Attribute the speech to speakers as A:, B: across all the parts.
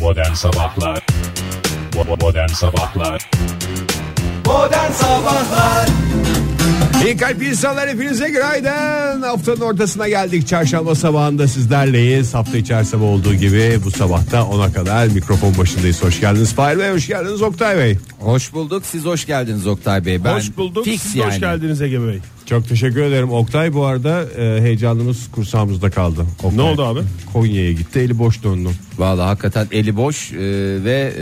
A: Modern Sabahlar Bo- Modern Sabahlar
B: Modern Sabahlar
C: İyi kalp insanlar hepinize günaydın. Haftanın ortasına geldik. Çarşamba sabahında sizlerleyiz. Hafta içi her sabah olduğu gibi bu sabahta ona kadar mikrofon başındayız. Hoş geldiniz Fahir Bey, hoş geldiniz Oktay Bey.
B: Hoş bulduk siz hoş geldiniz Oktay Bey ben
D: Hoş bulduk.
B: fix
D: Siz de
B: yani.
D: hoş geldiniz Ege Bey.
C: Çok teşekkür ederim. Oktay bu arada e, heyecanımız kursağımızda kaldı. Oktay,
D: Ne oldu abi?
C: Konya'ya gitti eli boş döndüm.
B: Valla hakikaten eli boş e, ve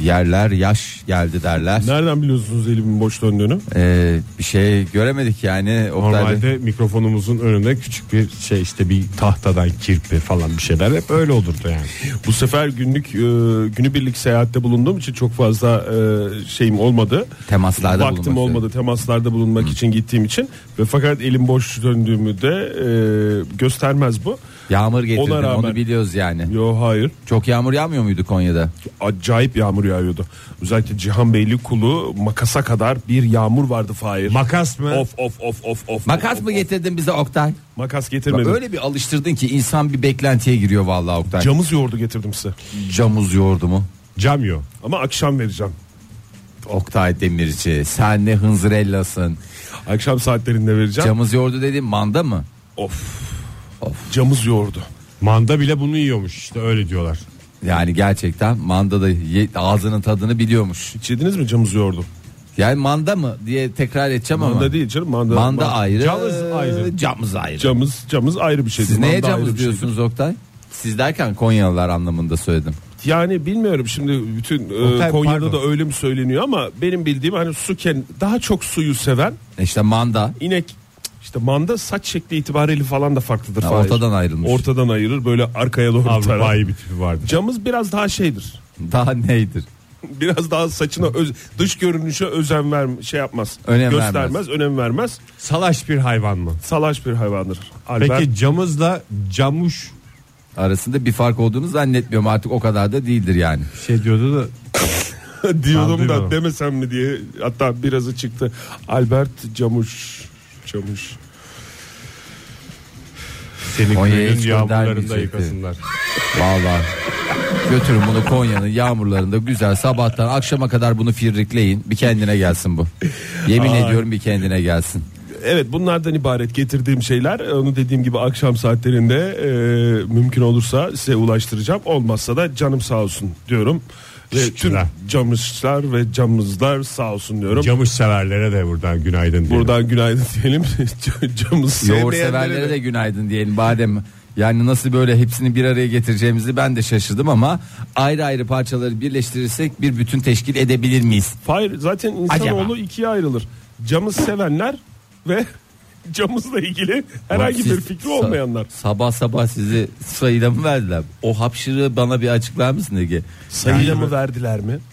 B: e, yerler yaş geldi derler
D: Nereden biliyorsunuz elimin boş döndüğünü?
B: E, Bir şey göremedik yani Oktay Bey.
C: Normalde mikrofonumuzun önünde küçük bir şey işte bir tahtadan kirpi falan bir şeyler hep öyle olurdu yani.
D: Bu sefer günlük e, günübirlik seyahatte bulunduğum için çok fazla e, şeyim olmadı.
B: Temaslarda
D: Vaktim
B: bulunmak
D: olmadı temaslarda bulunmak için gittiğim için ve fakat elim boş döndüğümü de e, göstermez bu.
B: Yağmur getirdim
D: Ona rağmen-
B: onu biliyoruz yani
D: Yo hayır.
B: Çok yağmur yağmıyor muydu Konya'da?
D: Acayip yağmur yağıyordu. Özellikle Cihan Beyli kulu makasa kadar bir yağmur vardı Fahir.
C: Makas mı?
D: Of of of of of.
B: Makas
D: of,
B: mı
D: of.
B: getirdin bize Oktay?
D: Makas
B: Bak,
D: getirmedim.
B: öyle bir alıştırdın ki insan bir beklentiye giriyor vallahi Oktay.
D: Camız yoğurdu getirdim size.
B: Camuz yoğurdu mu?
C: Cam yok.
D: Ama akşam vereceğim.
B: Oktay Demirci sen ne hınzırellasın.
D: Akşam saatlerinde vereceğim.
B: Camız yoğurdu dedim manda mı?
D: Of.
B: Of.
D: Camız yoğurdu.
C: Manda bile bunu yiyormuş işte öyle diyorlar.
B: Yani gerçekten manda da ye- ağzının tadını biliyormuş.
D: Hiç yediniz mi camız yoğurdu?
B: Yani manda mı diye tekrar edeceğim ama.
D: Manda değil canım. Manda,
B: Manda
D: ma-
B: ayrı.
D: Camız ayrı.
B: Camız ayrı.
D: Camız, camız ayrı bir şey.
B: Siz neye camız diyorsunuz Oktay? Siz derken Konyalılar anlamında söyledim.
D: Yani bilmiyorum şimdi bütün e,
C: Otel,
D: Konya'da
C: pardon.
D: da öyle mi söyleniyor ama benim bildiğim hani su ken daha çok suyu seven
B: E İşte manda.
D: inek işte manda saç şekli itibariyle falan da farklıdır.
B: Ha,
D: Fahir.
B: ortadan ayrılmış.
D: Ortadan ayırır böyle arkaya doğru tarar.
C: Avrupa'yı bir tipi vardı.
D: Camız biraz daha şeydir.
B: Daha neydir?
D: Biraz daha saçına öz- dış görünüşe özen ver şey yapmaz.
B: Önem vermez.
D: göstermez, önem vermez.
C: Salaş bir hayvan mı?
D: Salaş bir hayvandır. Albert.
C: Peki camızla camuş
B: Arasında bir fark olduğunu zannetmiyorum artık o kadar da değildir yani.
C: şey diyordu da
D: diyordum da
C: Anlıyorum.
D: demesem mi diye hatta birazı çıktı. Albert Camuş Camuş.
C: senin
B: Konya'ya
C: köyün
B: hiç
C: yağmurlarında
B: göndermeyecekti.
C: yıkasınlar.
B: Vallahi götürün bunu Konya'nın yağmurlarında güzel sabahtan akşama kadar bunu firrikleyin. Bir kendine gelsin bu. Yemin ediyorum bir kendine gelsin.
D: Evet bunlardan ibaret getirdiğim şeyler onu dediğim gibi akşam saatlerinde e, mümkün olursa size ulaştıracağım. Olmazsa da canım sağ olsun diyorum. Ve tüm
C: Teşekkürler.
D: camışlar ve camızlar sağ olsun diyorum.
C: Camuş severlere de buradan günaydın diyelim.
D: Buradan günaydın diyelim. Camız
B: Yoğurt
D: sevmeyenlere
B: severlere
D: de-
B: de günaydın diyelim badem. Yani nasıl böyle hepsini bir araya getireceğimizi ben de şaşırdım ama ayrı ayrı parçaları birleştirirsek bir bütün teşkil edebilir miyiz?
D: Hayır zaten insanoğlu
B: Acaba?
D: ikiye ayrılır. Camız sevenler ve camızla ilgili herhangi
B: Siz
D: bir fikri
B: sa-
D: olmayanlar.
B: Sabah sabah sizi sayıda mı verdiler? O hapşırığı bana bir açıklar mısın Ege?
D: Sayıya mı verdiler mi?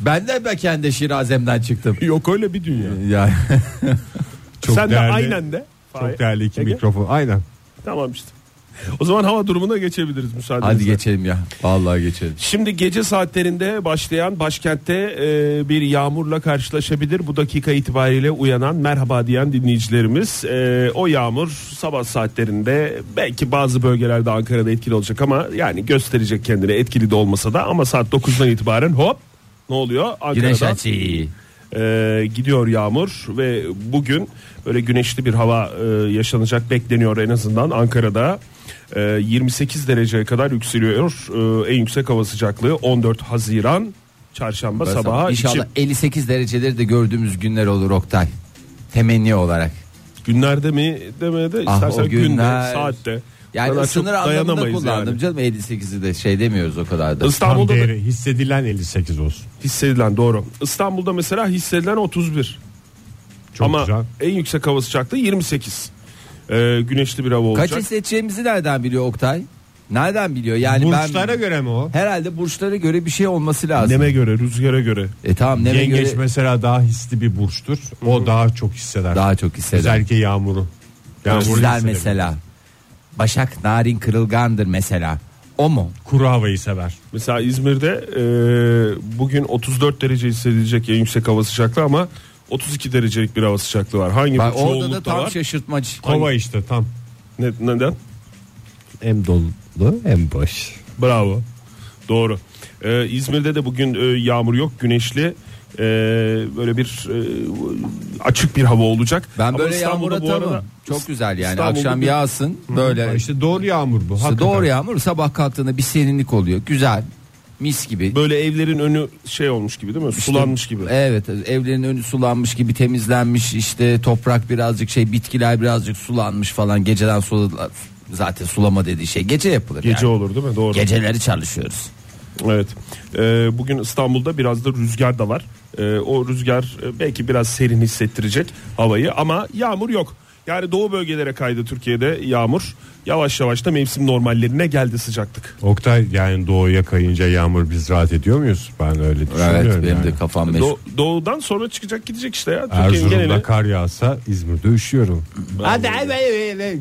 B: Ben de ben kendi şirazemden çıktım.
D: Yok öyle bir dünya.
B: Yani
C: Çok
D: Sen
C: değerli-
D: de aynen de. Hayır.
C: Çok değerli iki
D: Ege.
C: mikrofon. Aynen.
D: Tamam işte. O zaman hava durumuna geçebiliriz müsaadenizle.
B: hadi geçelim ya. Vallahi geçelim.
D: Şimdi gece saatlerinde başlayan başkentte e, bir yağmurla karşılaşabilir. Bu dakika itibariyle uyanan merhaba diyen dinleyicilerimiz. E, o yağmur sabah saatlerinde belki bazı bölgelerde Ankara'da etkili olacak ama yani gösterecek kendini etkili de olmasa da ama saat 9'dan itibaren hop ne oluyor?
B: Güneş
D: Ankara'da
B: açı.
D: e, gidiyor yağmur ve bugün böyle güneşli bir hava e, yaşanacak bekleniyor en azından Ankara'da. E, 28 dereceye kadar yükseliyor. E, en yüksek hava sıcaklığı 14 Haziran çarşamba sabaha
B: İnşallah
D: için.
B: 58 dereceleri de gördüğümüz günler olur Oktay. Temenni olarak.
D: Günlerde mi deme de
B: Ah,
D: istersen
B: o günler.
D: günde saatte.
B: Yani
D: Kadar çok
B: sınır anlamında
D: dayanamayız
B: kullandım
D: yani.
B: canım 58'i de şey demiyoruz o kadar da.
C: Tam
D: İstanbul'da da
C: değeri hissedilen 58 olsun.
D: hissedilen doğru. İstanbul'da mesela hissedilen 31.
C: Çok
D: Ama
C: güzel.
D: en yüksek hava sıcaklığı 28. E, güneşli bir hava olacak.
B: Kaç hissedeceğimizi nereden biliyor Oktay? Nereden biliyor? Yani
C: Burçlara
B: hani ben
C: göre mi o?
B: herhalde burçlara göre bir şey olması lazım.
D: Neme göre, rüzgara göre.
B: E tamam neme
C: Yengeç
B: göre
C: mesela daha hisli bir burçtur. O daha çok hisseder.
B: daha çok hisseder.
C: Özellikle yağmuru.
B: Sizler
C: hissedebilir.
B: mesela. Başak narin kırılgandır mesela. O mu?
C: Kuru havayı sever.
D: Mesela İzmir'de e, bugün 34 derece hissedilecek en yüksek hava sıcaklığı ama 32 derecelik bir hava sıcaklığı var. Hangi
B: Bak
D: bir
B: orada da
D: çoğunlukta
B: tam şey-
D: var?
B: şaşırtmacı.
C: Kova işte tam.
D: Ne- neden?
C: Hem dolu hem boş.
D: Bravo. Doğru. Ee, İzmir'de de bugün e, yağmur yok, güneşli. Ee, böyle bir e, açık bir hava olacak.
B: Ben
D: Ama
B: böyle yağmur
D: İstanbul'da bu arada-
B: atamam. Çok güzel yani.
D: İstanbul'da
B: Akşam
D: bir-
B: yağsın böyle.
C: İşte doğru yağmur bu.
B: Ee, işte
C: hakikaten.
B: doğru yağmur sabah kalktığında bir serinlik oluyor. Güzel. Mis gibi.
D: Böyle evlerin önü şey olmuş gibi değil mi? Sulanmış gibi.
B: Evet evlerin önü sulanmış gibi temizlenmiş işte toprak birazcık şey bitkiler birazcık sulanmış falan geceden suladılar. Zaten sulama dediği şey gece yapılır yani.
D: Gece olur değil mi? Doğru.
B: Geceleri çalışıyoruz.
D: Evet. Ee, bugün İstanbul'da biraz da rüzgar da var. Ee, o rüzgar e, belki biraz serin hissettirecek havayı ama yağmur yok. Yani doğu bölgelere kaydı Türkiye'de yağmur. Yavaş yavaş da mevsim normallerine geldi sıcaklık.
C: Oktay yani doğuya kayınca yağmur biz rahat ediyor muyuz? Ben öyle düşünüyorum.
B: Evet benim
C: yani.
B: de kafam meşgul.
D: E, Do- doğudan sonra çıkacak gidecek işte ya. Türkiye'nin
C: Erzurum'da
D: geneli.
C: kar yağsa İzmir'de üşüyorum. Hadi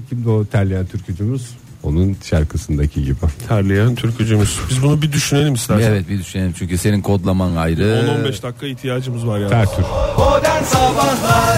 C: Kimde o terleyen türkücümüz? Onun şarkısındaki gibi.
D: Terleyen türkücümüz. Biz bunu bir düşünelim istersen.
B: Evet bir düşünelim çünkü senin kodlaman ayrı.
D: 10-15 dakika ihtiyacımız var ya.
C: Ter tür.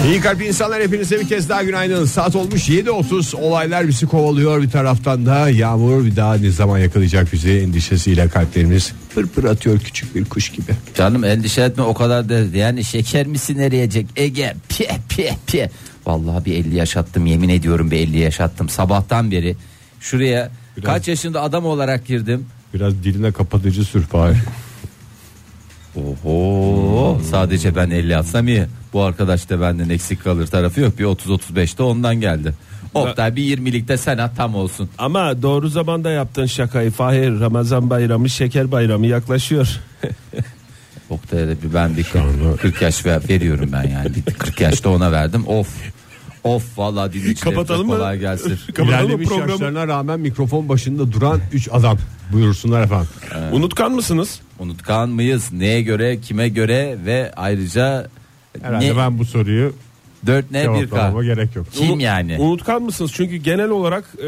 C: İyi kalp insanlar hepinize bir kez daha günaydın. Saat olmuş 7.30 olaylar bizi kovalıyor bir taraftan da yağmur bir daha ne zaman yakalayacak bizi endişesiyle kalplerimiz pırpır atıyor küçük bir kuş gibi.
B: Canım endişe etme o kadar da yani şeker misin eriyecek Ege pie pie pie. Vallahi bir 50 yaşattım yemin ediyorum bir 50 yaşattım sabahtan beri şuraya kaç yaşında adam olarak girdim.
C: Biraz diline kapatıcı sür Fahir.
B: Oho sadece ben 50 atsam iyi bu arkadaş da benden eksik kalır tarafı yok bir 30-35'te ondan geldi. Oktay bir 20'likte sen at tam olsun.
D: Ama doğru zamanda yaptın şakayı Fahir. Ramazan bayramı, şeker bayramı yaklaşıyor.
B: Oktay'a da bir ben bir 40 yaş ver- veriyorum ben yani bir 40 yaşta ona verdim of. Of vallahi dinleyicilerimize
D: Kapatalım mı?
B: kolay gelsin.
D: Kapatalım mı
C: İlerlemiş
D: programı?
C: yaşlarına rağmen mikrofon başında duran 3 adam. Buyursunlar efendim.
D: Unutkan mısınız?
B: Unutkan mıyız? Neye göre, kime göre ve ayrıca
C: Herhalde
B: ne, E,
C: ben bu soruyu
B: 4 ne 1 K?
C: cevaplamama gerek yok.
B: Kim
D: Unu-
B: yani?
D: Unutkan mısınız? Çünkü genel olarak e,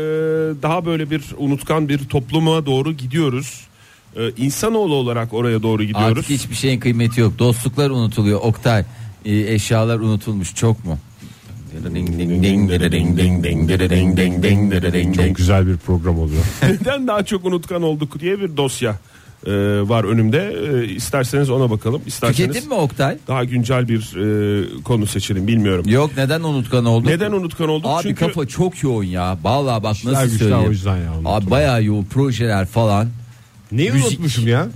D: daha böyle bir unutkan bir topluma doğru gidiyoruz. E, insanoğlu olarak oraya doğru gidiyoruz.
B: Artık hiçbir şeyin kıymeti yok. Dostluklar unutuluyor. Oktay, e, eşyalar unutulmuş çok mu?
C: Çok güzel bir program oluyor.
D: Neden daha çok unutkan olduk diye bir dosya e, var önümde. E, isterseniz ona bakalım. İsterseniz
B: Tüketin mi Oktay?
D: daha güncel bir e, konu seçelim bilmiyorum.
B: Yok neden unutkan olduk?
D: Neden unutkan olduk?
B: Abi
D: Çünkü
B: kafa çok yoğun ya. Vallahi bak
C: İşler
B: nasıl
C: güçler
B: söyleyeyim.
C: o yüzden ya, unuttum.
B: Abi bayağı yoğun projeler falan.
C: Neyi
B: Müzik.
C: unutmuşum ya?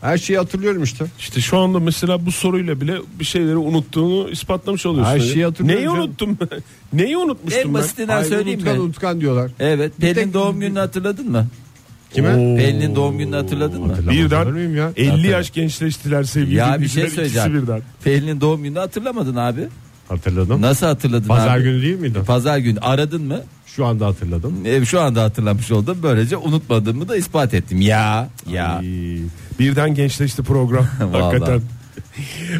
C: Her şeyi hatırlıyorum işte.
D: işte şu anda mesela bu soruyla bile bir şeyleri unuttuğunu ispatlamış oluyorsun.
C: Her şeyi hatırlıyorum
D: Neyi
C: canım.
D: unuttum? Neyi unutmuştum
B: En
D: ben?
B: basitinden söyleyeyim
C: unutkan
B: mi?
C: unutkan diyorlar.
B: Evet. Pelin'in
C: tek-
B: doğum gününü hatırladın mı?
C: Kime?
D: Oo.
B: Pelin'in doğum gününü hatırladın mı?
D: Birden
C: Hatırlamıyor muyum ya?
D: 50 yaş gençleştiler sevgili
B: Ya bir
D: dinleyiciler,
B: şey
D: ikisi
B: söyleyeceğim.
D: birden.
B: Pelin'in doğum gününü hatırlamadın abi.
C: Hatırladım.
B: Nasıl hatırladın
C: Pazar
B: abi?
C: günü değil miydi?
B: Pazar günü aradın mı?
C: Şu anda hatırladım.
B: E, şu anda hatırlamış oldum. Böylece unutmadığımı da ispat ettim. Ya ya.
D: Ay, Birden gençleşti program
B: Vallahi.
D: hakikaten.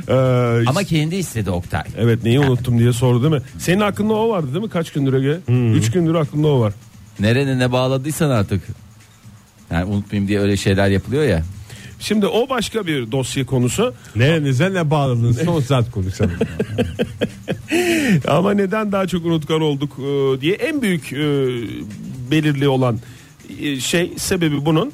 D: Ee,
B: Ama kendi istedi Oktay.
D: evet neyi unuttum diye sordu değil mi? Senin aklında o vardı değil mi? Kaç gündür Ege?
B: Hmm.
D: 3 gündür aklında o var.
B: Nerene ne bağladıysan artık. Yani unutmayayım diye öyle şeyler yapılıyor ya.
D: Şimdi o başka bir dosya konusu.
C: Nerenize ne bağladınız? Son saat konuşalım.
D: Ama neden daha çok unutkan olduk e, diye en büyük e, belirli olan e, şey sebebi bunun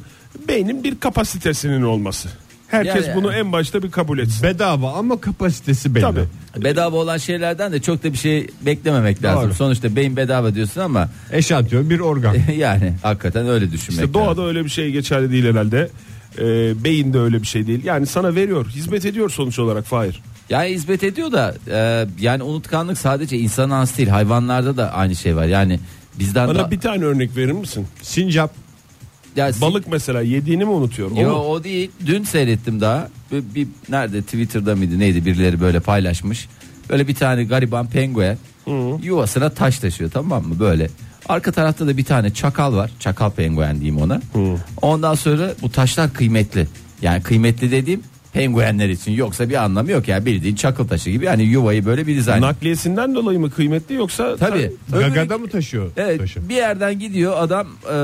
D: beynin bir kapasitesinin olması. Herkes
B: Yani-
D: bunu en başta bir kabul etsin.
C: Bedava ama kapasitesi belli.
D: Tabii.
B: Bedava olan şeylerden de çok da bir şey beklememek lazım.
C: Doğru.
B: Sonuçta beyin bedava diyorsun ama
C: Eşantiyon bir organ.
B: E- yani hakikaten öyle düşünmek.
D: İşte doğada
B: lazım.
D: öyle bir şey geçerli değil herhalde. Ee, beyin de öyle bir şey değil. Yani sana veriyor, hizmet ediyor sonuç olarak Fahir.
B: Yani hizmet ediyor da e, yani unutkanlık sadece insan has değil hayvanlarda da aynı şey var. Yani bizden
D: Bana
B: da,
D: bir tane örnek verir misin?
C: Sincap.
B: Ya sin-
D: Balık mesela yediğini mi unutuyor? O
B: Yo
D: mu?
B: o değil. Dün seyrettim daha. Bir, bir- nerede Twitter'da mıydı neydi birileri böyle paylaşmış. Böyle bir tane gariban penguen yuvasına taş taşıyor tamam mı böyle. Arka tarafta da bir tane çakal var. Çakal penguen diyeyim ona. Ondan sonra bu taşlar kıymetli. Yani kıymetli dediğim penguenler için yoksa bir anlamı yok yani bildiğin çakıl taşı gibi yani yuvayı böyle bir dizayn.
D: Nakliyesinden dolayı mı kıymetli yoksa?
B: Tabii. Öbürü-
C: Gagada mı taşıyor?
B: Evet,
C: Taşı.
B: bir yerden gidiyor adam e,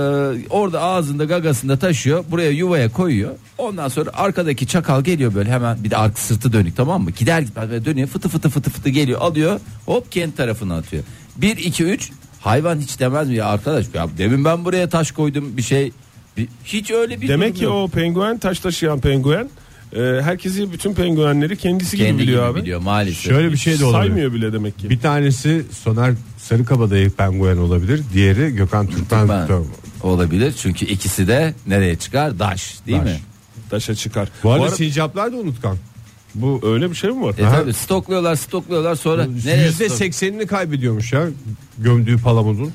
B: orada ağzında gagasında taşıyor buraya yuvaya koyuyor ondan sonra arkadaki çakal geliyor böyle hemen bir de arka sırtı dönük tamam mı gider gitmez böyle dönüyor fıtı fıtı fıtı fıtı geliyor alıyor hop kendi tarafına atıyor 1 2 3 hayvan hiç demez mi ya arkadaş ya demin ben buraya taş koydum bir şey Bir- Hiç öyle bir
D: Demek
B: durum
D: ki
B: yok.
D: o penguen taş taşıyan penguen e, herkesi bütün penguenleri kendisi gibi
B: kendi
D: biliyor
B: gibi
D: abi.
B: biliyor maalesef.
C: Şöyle bir şey de olabilir.
D: Saymıyor bile demek ki.
C: Bir tanesi Soner Sarıkabadayı penguen olabilir. Diğeri Gökhan Türkmen.
B: Ben- olabilir çünkü ikisi de nereye çıkar? Daş değil
C: Daş.
B: mi?
D: Taşa çıkar.
C: Bu arada
D: Bu ara-
C: sincaplar da unutkan.
D: bu öyle bir şey mi var?
B: E tabii stokluyorlar stokluyorlar sonra nereye
C: Yüzde
B: stok-
C: seksenini kaybediyormuş ya gömdüğü palamudun.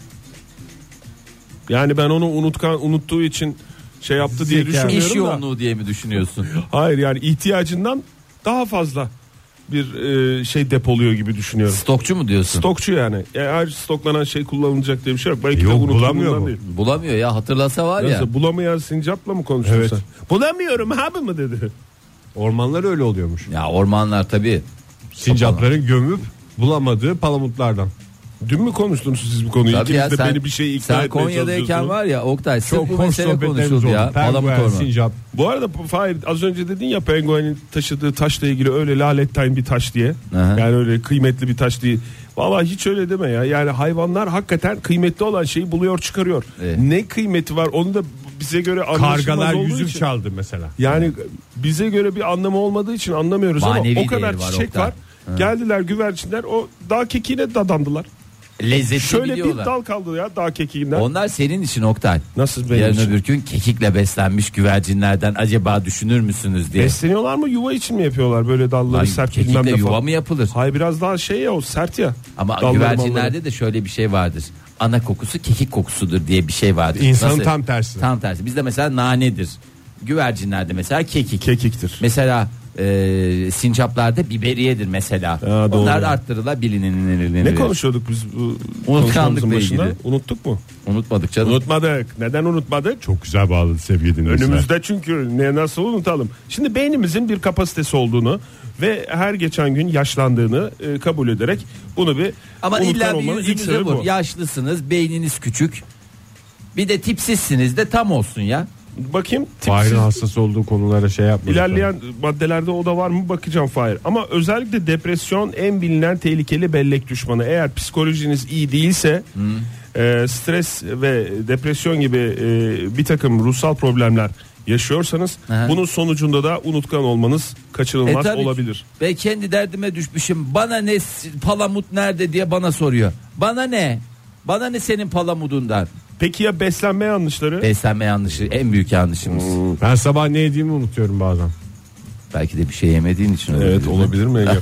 D: Yani ben onu unutkan unuttuğu için şey yaptı diye
C: Zeka.
D: düşünmüyorum
B: İş
D: da.
B: yoğunluğu diye mi düşünüyorsun?
D: Hayır yani ihtiyacından daha fazla bir e, şey depoluyor gibi düşünüyorum.
B: Stokçu mu diyorsun?
D: Stokçu yani. E, Eğer stoklanan şey kullanılacak diye bir şey yok. Belki
C: Yok,
D: de unutulduğundan
C: bulamıyor mu?
D: değil.
B: Bulamıyor ya hatırlasa var ya.
D: Nasıl, bulamayan sincapla mı konuşuyorsun
C: Evet.
D: sen? Bulamıyorum abi mi dedi.
C: Ormanlar öyle oluyormuş.
B: Ya ormanlar tabii.
C: Sincapların gömüp bulamadığı palamutlardan.
D: Dün mü konuştunuz siz bu konuyu?
B: Tabii
D: İkiniz
B: ya
D: de
B: sen,
D: beni bir şey ikna
B: sen
D: etmeye
B: Konya'dayken
D: çalışıyorsunuz.
B: var ya Oktay sırf
C: Çok
B: bu
C: hoş
B: mesele
C: sohbetlerimiz
B: konuşuldu
C: oldu.
B: ya. Palamut
C: Penguen,
B: ormanı.
C: sincap.
D: Bu arada bu- Fahir az önce dedin ya penguenin taşıdığı taşla ilgili öyle lalettayn bir taş diye.
B: Aha.
D: Yani öyle kıymetli bir taş değil. Vallahi hiç öyle deme ya. Yani hayvanlar hakikaten kıymetli olan şeyi buluyor çıkarıyor.
B: Evet.
D: Ne kıymeti var onu da bize göre anlaşılmaz
C: Kargalar
D: olduğu
C: yüzüm
D: için.
C: çaldı mesela.
D: Yani bize göre bir anlamı olmadığı için anlamıyoruz
B: Manevi
D: ama o kadar
B: değeri var,
D: çiçek
B: Oktay.
D: var. Geldiler güvercinler o dağ kekiğine dadandılar.
B: Lezzetli
D: Şöyle
B: biliyorlar.
D: bir dal kaldı ya dağ kekiğinden.
B: Onlar senin için Oktay.
D: Nasıl benim
B: Yarın
D: için?
B: öbür gün kekikle beslenmiş güvercinlerden acaba düşünür müsünüz diye.
D: Besleniyorlar mı yuva için mi yapıyorlar böyle dalları
B: Lan
D: sert bilmem
B: kekikle
D: ne
B: yuva
D: falan.
B: mı yapılır?
D: Hayır biraz daha şey ya o sert ya.
B: Ama
D: Dalları, malları.
B: güvercinlerde de şöyle bir şey vardır. Ana kokusu kekik kokusudur diye bir şey vardır.
C: İnsanın
B: Nasıl?
C: tam tersi.
B: Tam tersi. Bizde mesela nanedir. Güvercinlerde mesela kekik.
D: kekiktir.
B: Mesela e, sincaplarda biberiyedir mesela.
D: doğru.
B: Onlar arttırılabilir.
D: Ne konuşuyorduk biz bu
B: Unutkanlıkla
D: konuşmamızın başında?
B: ilgili.
D: Unuttuk mu?
B: Unutmadık canım.
D: Unutmadık. Neden unutmadık?
C: Çok güzel bağladı sevgili dinleyiciler.
D: Önümüzde çünkü ne nasıl unutalım. Şimdi beynimizin bir kapasitesi olduğunu ve her geçen gün yaşlandığını e, kabul ederek bunu bir
B: Ama
D: unutkan
B: illa bir
D: olmanın ilk
B: yüzünüze
D: sebebi
B: vur. Yaşlısınız, beyniniz küçük. Bir de tipsizsiniz de tam olsun ya.
D: Bakayım
C: Fahir'in
D: tipsiz
C: hassas olduğu konulara şey yapmadık.
D: İlerleyen maddelerde o da var mı bakacağım Fahir. Ama özellikle depresyon en bilinen tehlikeli bellek düşmanı. Eğer psikolojiniz iyi değilse e, stres ve depresyon gibi e, bir takım ruhsal problemler yaşıyorsanız
B: Aha.
D: bunun sonucunda da unutkan olmanız kaçınılmaz
B: E tabii ki.
D: olabilir.
B: Ben kendi derdime düşmüşüm. Bana ne s- palamut nerede diye bana soruyor. Bana ne? Bana ne senin palamudundan?
D: Peki ya beslenme yanlışları?
B: Beslenme yanlışı en büyük yanlışımız.
C: Ben sabah ne yediğimi unutuyorum bazen.
B: Belki de bir şey yemediğin için.
D: Evet
B: olabilir.
D: olabilir mi Ege?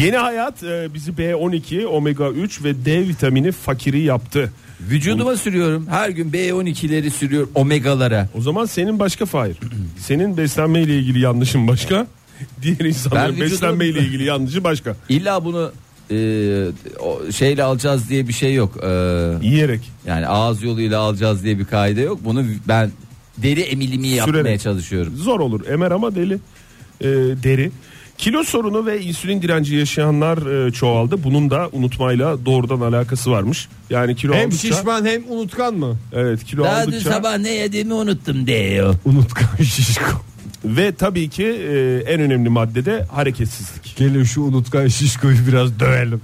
D: Yeni hayat e, bizi B12, omega 3 ve D vitamini fakiri yaptı.
B: Vücuduma sürüyorum. Her gün B12'leri sürüyor omegalara.
D: O zaman senin başka Fahir. Senin beslenmeyle ilgili yanlışın başka. Diğer insanların
B: Ben vücudum-
D: beslenmeyle ilgili yanlışı başka.
B: İlla bunu e, o şeyle alacağız diye bir şey yok. E,
D: Yiyerek.
B: yani ağız yoluyla alacağız diye bir kaide yok. Bunu ben deri emilimi yapmaya
D: Sürerek.
B: çalışıyorum.
D: Zor olur. Emer ama deli. Ee, deri. Kilo sorunu ve insülin direnci yaşayanlar e, çoğaldı. Bunun da unutmayla doğrudan alakası varmış. Yani kilo
C: Hem
D: aldıkça...
C: şişman hem unutkan mı?
D: Evet kilo
B: Daha dün
D: aldıkça...
B: sabah ne yediğimi unuttum diyor.
C: Unutkan şişko.
D: Ve tabii ki e, en önemli madde de hareketsizlik.
C: Gelin şu unutkan şişkoyu biraz dövelim.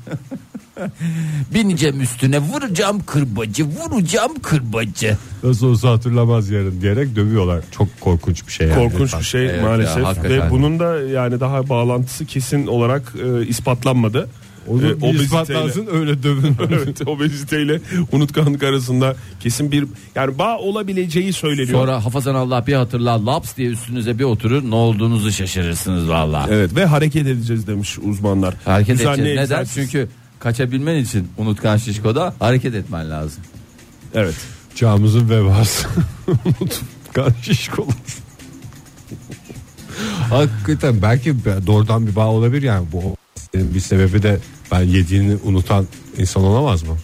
B: Bineceğim üstüne vuracağım kırbacı vuracağım kırbacı.
C: Nasıl olsa hatırlamaz yarın diyerek dövüyorlar. Çok korkunç bir şey yani.
D: Korkunç bir şey
B: Evet ya,
D: maalesef
B: hakikaten.
D: ve bunun da yani daha bağlantısı kesin olarak e, ispatlanmadı.
C: Onu
D: E,
C: bir
D: obeziteyle-
C: ispatlansın öyle dövün.
D: evet obeziteyle unutkanlık arasında kesin bir yani bağ olabileceği söyleniyor.
B: Sonra hafazan Allah bir hatırla laps diye üstünüze bir oturur ne olduğunuzu şaşırırsınız valla.
D: Evet ve hareket edeceğiz demiş uzmanlar.
B: Hareket
D: Düzenli
B: edeceksin. Neden?
D: egzersiz.
B: Çünkü kaçabilmen için unutkan şişkoda hareket etmen lazım.
D: evet.
C: Çağımızın vebası. unutkan şişkolar. Hakikaten belki doğrudan bir bağ olabilir yani bu bir sebebi de ben yediğini unutan insan olamaz mı?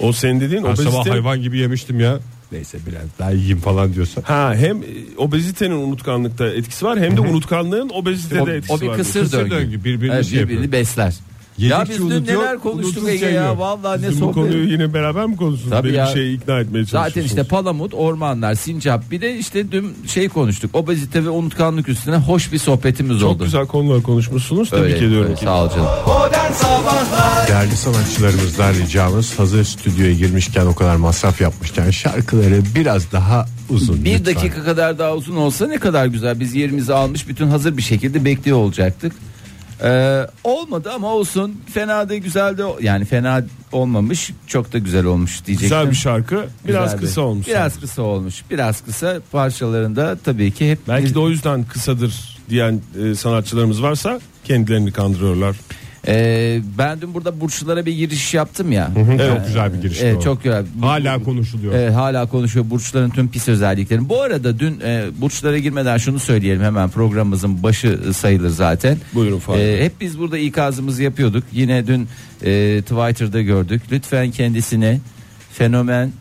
D: O senin dediğin
C: Ben sabah
D: obezite.
C: hayvan gibi yemiştim ya. Neyse biraz daha yiyeyim falan diyorsa.
D: Ha hem e, obezitenin unutkanlıkta etkisi var hem de unutkanlığın obezitede
B: O,
D: etkisi
B: o bir
D: var.
B: kısır,
C: Kısır
B: döngü.
C: döngü, birbirini
B: Evet,
C: şey
B: birbirini
C: yapıyor.
B: besler. Ya
C: Yedikçe
B: biz dün
C: unutuyor,
B: neler konuştuk
C: unutunca
B: Ege ya
C: yiyor.
B: vallahi ne
D: Siz şey bu konuyu
B: sohbet.
D: yine beraber mi konuştunuz?
B: Tabii
D: Beni
B: ya.
D: bir şey ikna etmeye çalışıyorsunuz.
B: Zaten işte palamut, ormanlar, sincap bir de işte dün şey konuştuk. Obezite ve unutkanlık üstüne hoş bir sohbetimiz
D: çok
B: oldu.
D: güzel konular konuşmuşsunuz. Tebrik
B: Öyle,
D: ediyorum.
B: öyle, sağ ol canım.
C: Değerli sanatçılarımızdan ricamız hazır stüdyoya girmişken o kadar masraf yapmışken şarkıları biraz daha uzun.
B: Bir
C: lütfen.
B: dakika kadar daha uzun olsa ne kadar güzel. Biz yerimizi almış bütün hazır bir şekilde bekliyor olacaktık. Ee, olmadı ama olsun. Fena da güzel de yani fena olmamış. Çok da güzel olmuş diyecektim.
D: Güzel bir şarkı. Biraz
B: Güzel bir-
D: kısa olmuş.
B: Biraz kısa olmuş. Biraz kısa parçalarında tabii ki hep
D: Belki de o yüzden kısadır diyen e, sanatçılarımız varsa kendilerini kandırıyorlar.
B: Ee, ben dün burada burçlara bir giriş yaptım ya.
C: Çok güzel bir girişti
B: Ee,
C: o.
B: çok güzel.
C: Hala konuşuluyor.
B: Ee, hala konuşuyor burçların tüm pis özelliklerini. Bu arada dün e, burçlara girmeden şunu söyleyelim hemen programımızın başı e, sayılır zaten.
D: Buyurun Fahri.
B: Ee, hep biz burada ikazımızı yapıyorduk. Yine dün e, Twitter'da gördük. Lütfen kendisini fenomen,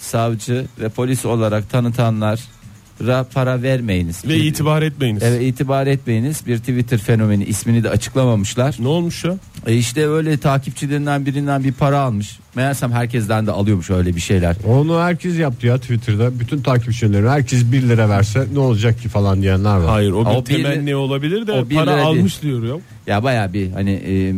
B: savcı ve polis olarak tanıtanlara para vermeyiniz.
D: Ve itibar etmeyiniz.
B: Evet itibar etmeyiniz. Bir Twitter fenomeni ismini de açıklamamışlar.
D: Ne olmuş ya?
B: E işte öyle takipçilerinden birinden bir para almış. Meğersem herkesten de alıyormuş öyle bir şeyler.
C: Onu herkes yaptı ya Twitter'da. Bütün takipçileri herkes 1 lira verse ne olacak ki falan diyenler var.
D: Hayır o bir
B: Ha, o bir-
D: temenni olabilir de
B: o bir lira
D: para
B: değil.
D: almış diyor ya.
B: Ya baya bir hani e,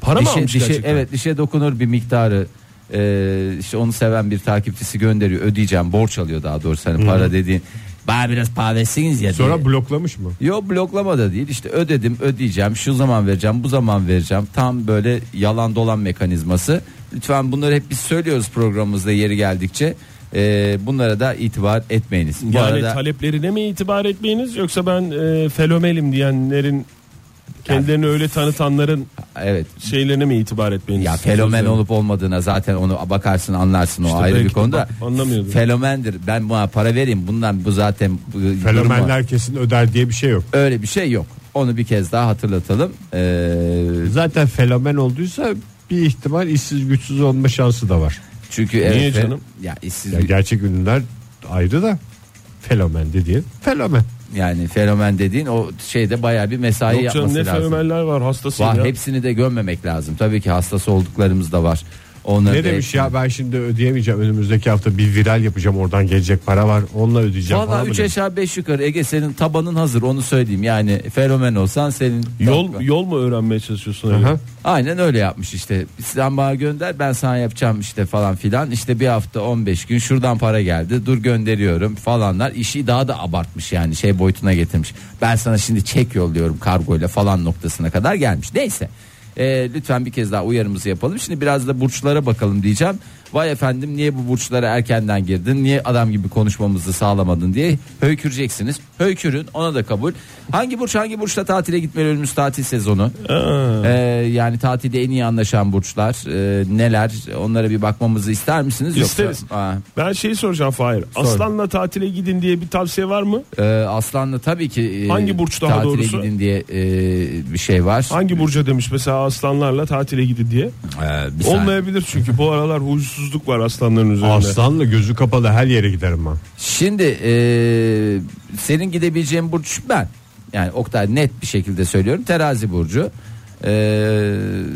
D: Para mı
B: dişe-
D: almış
B: dişe-
D: gerçekten?
B: şey- Evet dişe dokunur bir miktarı e, işte onu seven bir takipçisi gönderiyor ödeyeceğim borç alıyor daha doğrusu hani para dediğin bana biraz pavesiniz ya diye.
C: Sonra bloklamış mı?
B: Yok bloklama da değil işte ödedim ödeyeceğim şu zaman vereceğim bu zaman vereceğim tam böyle yalan dolan mekanizması. Lütfen bunları hep biz söylüyoruz programımızda yeri geldikçe Ee, bunlara da itibar etmeyiniz. Bu
D: Yani
B: arada
D: taleplerine mi itibar etmeyiniz yoksa ben e, felomelim diyenlerin kendilerini öyle tanıtanların
B: evet
D: şeylerine mi itibar etmeyiniz?
B: ya fenomen
D: Sözlerine.
B: olup olmadığına zaten onu bakarsın anlarsın o
D: İşte
B: ayrı
D: belki
B: bir
D: de
B: konuda.
D: bak- anlamıyordum.
B: Fenomendir ben buna para vereyim bundan bu zaten bu- durumu-
C: Fenomenler kesin öder diye bir şey yok.
B: öyle bir şey yok. Onu bir kez daha hatırlatalım. Ee,
C: Zaten fenomen olduysa bir ihtimal işsiz güçsüz olma şansı da var.
B: çünkü
D: Niye
B: evet,
D: canım?
B: Ya işsiz
C: Ya gerçek ünlüler ayrı da fenomen dediğin fenomen.
B: Yani fenomen dediğin o şeyde bayağı bir mesai
D: Yok canım
B: yapması
D: ne
B: lazım.
D: fenomenler var hastasın
B: Var
D: ya.
B: hepsini de gömmemek lazım. Tabii ki hastası olduklarımız da var. Onları
C: Ne
B: da
C: demiş
B: hepsini-
C: ya ben şimdi ödeyemeyeceğim önümüzdeki hafta bir viral yapacağım oradan gelecek para var onunla ödeyeceğim
B: Valla
C: falan mı
B: 3
C: demiş?
B: aşağı 5 yukarı Ege senin tabanın hazır onu söyleyeyim. Yani fenomen olsan senin
D: Yol yol mu öğrenmeye çalışıyorsun öyle?
C: Aha.
B: Aynen öyle yapmış işte. Sen bana gönder ben sana yapacağım işte falan filan. İşte bir hafta 15 gün şuradan para geldi. Dur gönderiyorum falanlar. işi daha da abartmış yani şey boyutuna getirmiş. Ben sana şimdi çek yolluyorum kargoyla falan noktasına kadar gelmiş. Neyse. Ee, lütfen bir kez daha uyarımızı yapalım. Şimdi biraz da burçlara bakalım diyeceğim. Vay efendim niye bu burçlara erkenden girdin? Niye adam gibi konuşmamızı sağlamadın diye höyküreceksiniz. Höykürün ona da kabul. Hangi burç hangi burçta tatile gitmeli önümüz tatil sezonu? Ee, yani tatilde en iyi anlaşan burçlar e, neler onlara bir bakmamızı ister misiniz? Yoksa-
D: İsteriz.
B: Aa,
D: Ben şeyi soracağım Fahir. Aslanla tatile gidin diye bir tavsiye var mı?
B: e, aslanla tabii ki e,
D: Hangi burç daha
B: tatile
D: doğrusu?
B: gidin diye e, bir şey var.
D: Hangi burca demiş mesela aslanlarla tatile gidin diye?
B: Ee, bir saniye.
D: Olmayabilir çünkü bu aralar huysuzluk var aslanların üzerinde.
C: Aslanla gözü kapalı her yere giderim ben.
B: Şimdi e, senin gidebileceğin burç ben. Yani Oktay net bir şekilde söylüyorum terazi burcu. E,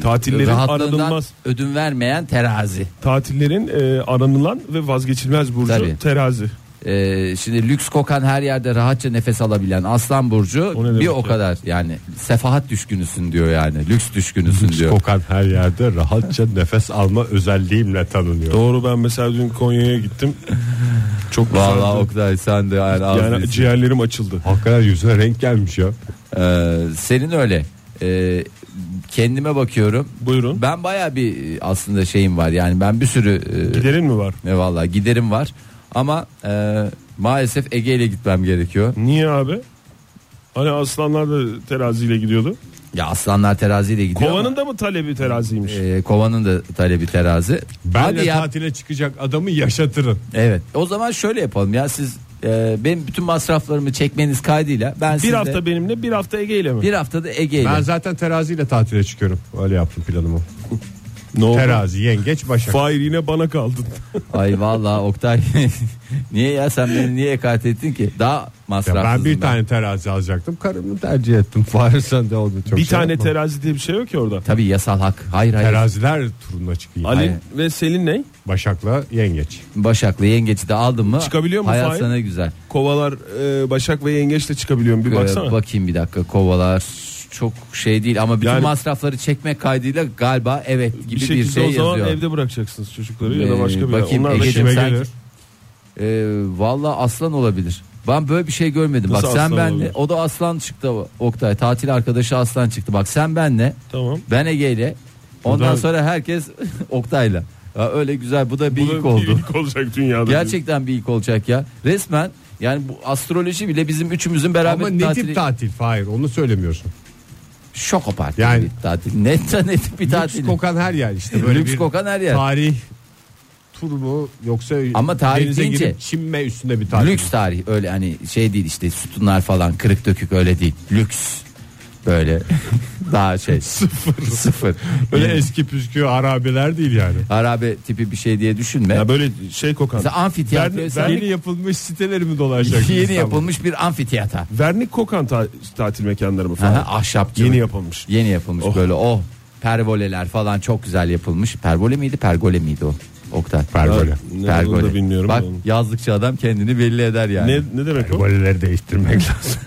D: Tatillerin
B: rahatlığından
D: aranılmaz.
B: ödün vermeyen terazi.
D: Tatillerin e, aranılan ve vazgeçilmez burcu
B: Tabii.
D: terazi.
B: Ee, şimdi lüks kokan her yerde rahatça nefes alabilen Aslan Burcu
D: O ne demek
B: bir
D: ya?
B: o kadar yani sefahat düşkünüsün diyor yani lüks düşkünüsün diyor.
C: Kokan her yerde rahatça nefes alma özelliğimle tanınıyor.
D: Doğru ben mesela dün Konya'ya gittim. Çok
B: Vallahi
D: güzeldi.
B: Oktay sen de yani, az
D: Yani
B: değilsin.
D: ciğerlerim açıldı.
C: Hakikaten yüzüne renk gelmiş ya.
B: Ee, senin öyle Ee, kendime bakıyorum.
D: Buyurun.
B: Ben baya bir e, aslında şeyim var yani ben bir sürü e,
D: Giderin mi var?
B: e, vallahi giderim var ama e, maalesef Ege ile gitmem gerekiyor.
D: Niye abi? Hani aslanlar da teraziyle gidiyordu.
B: Ya aslanlar teraziyle gidiyor. ama,
D: Kovanın da mı talebi teraziymiş?
B: e, kovanın da talebi terazi.
C: Benle
B: Hadi ya.
C: tatile çıkacak adamı yaşatırım.
B: Evet. O zaman şöyle yapalım ya siz e, benim bütün masraflarımı çekmeniz kaydıyla ben
D: bir
B: sizle-
D: hafta benimle bir hafta Ege ile mi?
B: bir haftada Ege'yle.
C: Ben zaten teraziyle tatile çıkıyorum. Öyle yaptım planımı.
D: Ne oldu?
C: Terazi, yengeç, başak.
D: Fahir yine bana kaldın.
B: Ay vallahi Oktay niye ya sen beni niye ekart ettin ki? Daha
C: Ya
B: masrafsızım
C: ben bir tane terazi alacaktım. Karımı tercih ettim. Fahir sen de oldu çok
D: bir
C: şey
D: tane
C: yapma.
D: terazi diye bir şey yok ki orada.
B: Tabii yasal hak. Hayır hayır.
C: Teraziler turuna çıkayım.
D: Ali
B: Hayır.
D: ve Selin ne?
C: Başak'la yengeç.
B: Başaklı yengeci de aldın mı?
D: Çıkabiliyor mu
B: Hayat
D: Fahir?
B: sana güzel.
D: Kovalar e, Başak ve Yengeç'le çıkabiliyor mu? Bir
B: Ee,
D: baksana.
B: bakayım bir dakika kovalar çok şey değil ama bütün
D: Yani-
B: masrafları çekmek kaydıyla galiba evet gibi
D: bir
B: bir,
D: şekilde
B: şey
D: o zaman
B: yazıyor.
D: evde bırakacaksınız çocukları ya
B: Ee,
D: da başka bir
B: bakayım
D: Onlar da
B: Ege'cim
D: kime
B: sen-
D: gelir?
B: Ee, Valla aslan olabilir. Ben böyle bir şey görmedim.
D: Nasıl
B: Bak sen
D: aslan
B: benle
D: olabilir?
B: o da aslan çıktı Oktay. Tatil arkadaşı aslan çıktı. Bak sen benle
D: Tamam.
B: ben Ege'yle ondan
D: da-
B: sonra herkes Oktay'la. Ya öyle güzel bu da bir
D: Bu da
B: ilk oldu.
D: ilk olacak dünyada.
B: Gerçekten bir ilk olacak ya. Resmen yani bu astroloji bile bizim üçümüzün beraber
C: Ama ne
B: tatili
C: tip tatil Fahir onu söylemiyorsun.
B: şok parti
C: Yani-
B: bir tatil. Ne, ne tip bir tatil.
C: Lüks kokan her yer işte. Böyle
B: Lüks
C: bir
B: kokan her yer.
C: Tarih tur mu yoksa
B: Ama tarih
C: denize
B: deyince-
C: girip çinme üstünde bir tatil.
B: Lüks tarih öyle hani şey değil işte sütunlar falan kırık dökük öyle değil. Lüks böyle daha şey sıfır sıfır.
C: Öyle
B: Öyle
C: eski püskü arabeler değil yani.
B: harabe tipi bir şey diye düşünme.
D: Ya böyle şey kokan.
B: Mesela amfiteyatro
C: Ben,
B: sen-
C: yeni yapılmış siteleri mi dolaşacak?
B: yeni yapılmış bir amfiteyata.
D: Vernik kokan ta- tatil mekanları mı falan?
B: Aha, ahşapçı.
D: Yeni yapılmış.
B: Yeni yapılmış
D: Oh.
B: böyle oh pervoleler falan çok güzel yapılmış. Pervole miydi pergole miydi o? Oktay.
C: Pergole.
D: Ne olduğunu da bilmiyorum
B: Bak
D: onun.
B: yazdıkça adam kendini belli eder yani.
D: Ne, ne demek o?
C: Pervoleleri değiştirmek lazım.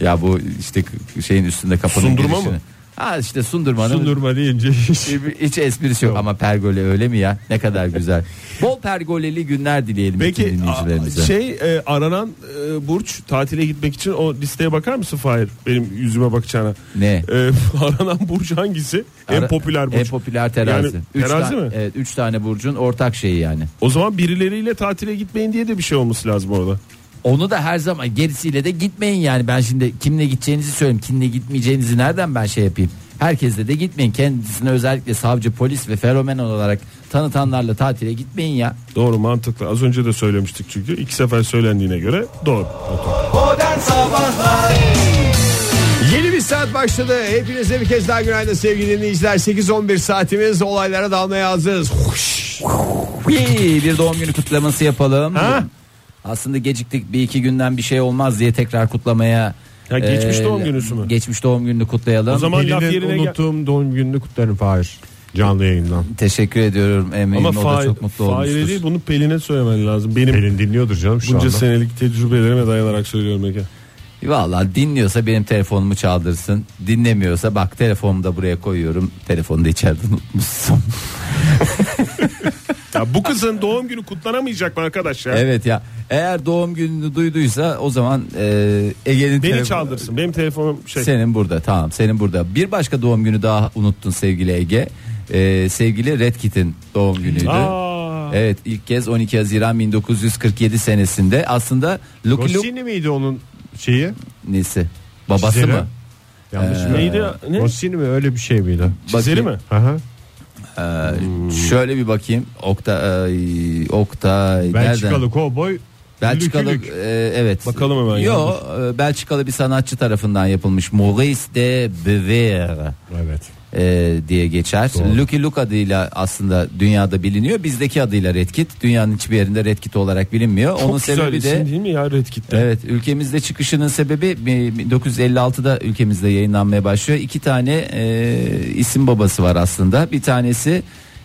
B: Ya bu işte k- şeyin üstünde kapanın
D: Sundurma
B: girişini.
D: mı?
B: Ha işte sundurmanın
C: Sundurma deyince hiç.
B: Hiç- Hiç esprisi yok ama pergole öyle mi ya? Ne kadar güzel. Bol pergoleli günler dileyelim bütün
D: Peki
B: dinleyicilerimize.
D: a- şey e, aranan e, burç tatile gitmek için o listeye bakar mısın Fahir? Benim yüzüme bakacağına.
B: Ne?
D: E, aranan burç hangisi? en
B: Ara-
D: popüler burç.
B: En popüler terazi.
D: Yani
B: Üç
D: terazi
B: ta-
D: mi?
B: Evet, üç tane burcun ortak şeyi yani.
D: O zaman birileriyle tatile gitmeyin diye de bir şey olması lazım orada.
B: Onu da her zaman gerisiyle de gitmeyin yani. Ben şimdi kimle gideceğinizi söyleyeyim. Kimle gitmeyeceğinizi nereden ben şey yapayım? Herkesle de gitmeyin. Kendisini özellikle savcı, polis ve fenomen olarak tanıtanlarla tatile gitmeyin ya.
D: Doğru mantıklı. Az önce de söylemiştik çünkü. iki sefer söylendiğine göre doğru.
C: Yeni bir saat başladı. Hepinize bir kez daha günaydın sevgili dinleyiciler. 8-11 saatimiz olaylara dalmaya hazırız. Huş.
B: Hii, bir doğum günü kutlaması yapalım.
D: Ha?
B: Aslında geciktik bir iki günden bir şey olmaz diye tekrar kutlamaya. e,
D: Ya geçmiş doğum günüsü mü?
B: Geçmiş doğum gününü kutlayalım.
D: O zaman laf
C: Birinin
D: yerine gel-
C: unuttuğum doğum gününü kutlarım Fahir. Canlı yayından.
B: Teşekkür ediyorum eminim
D: Ama
B: o da
D: Fahir-
B: çok mutlu
D: Fahir'e
B: olmuştur.
D: değil bunu Pelin'e söylemen lazım. Benim
C: Pelin dinliyordur canım şu
D: bunca
C: anda.
D: senelik tecrübelerime dayanarak söylüyorum Ege.
B: Valla dinliyorsa benim telefonumu çaldırsın. Dinlemiyorsa bak telefonumu da buraya koyuyorum. Telefonu da içeride unutmuşsun.
D: Ya bu kızın doğum günü kutlanamayacak mı arkadaş ya?
B: evet ya. Eğer doğum gününü duyduysa o zaman e, Ege'nin
D: Beni
B: telefonu-
D: çaldırsın. Benim telefonum şey.
B: Senin burada tamam senin burada. Bir başka doğum günü daha unuttun sevgili Ege. Ee, sevgili Red Kit'in doğum günüydü.
D: Aa.
B: Evet ilk kez 12 Haziran 1947 senesinde aslında Lucky Luke
C: Rossini miydi onun şeyi?
B: nesi babası
C: Çizeri.
B: mı?
C: Yanlış mı?
D: Ee, Neydi? Ne?
C: Rossini mi öyle bir şey miydi?
D: Çizeri mi? Hmm.
B: Bakayım.
C: Aha.
B: Ee, Şöyle bir bakayım. Oktay Oktay nereden?
C: Belçikalı kovboy.
B: Belçikalı
C: Lükülük.
B: e, evet.
D: Bakalım hemen
B: Yo, e, Belçikalı bir sanatçı tarafından yapılmış. Maurice de Bever.
C: Evet.
B: e, diye geçer. Lucky Luke adıyla aslında dünyada biliniyor. Bizdeki adıyla Red Kit. Dünyanın hiçbir yerinde Red Kit olarak bilinmiyor.
D: Çok
B: Onun
D: güzel
B: sebebi
D: isim
B: de
D: değil mi ya Red Kit'te?
B: Evet ülkemizde çıkışının sebebi e, 1956'da ülkemizde yayınlanmaya başlıyor. İki tane e, isim babası var aslında. Bir tanesi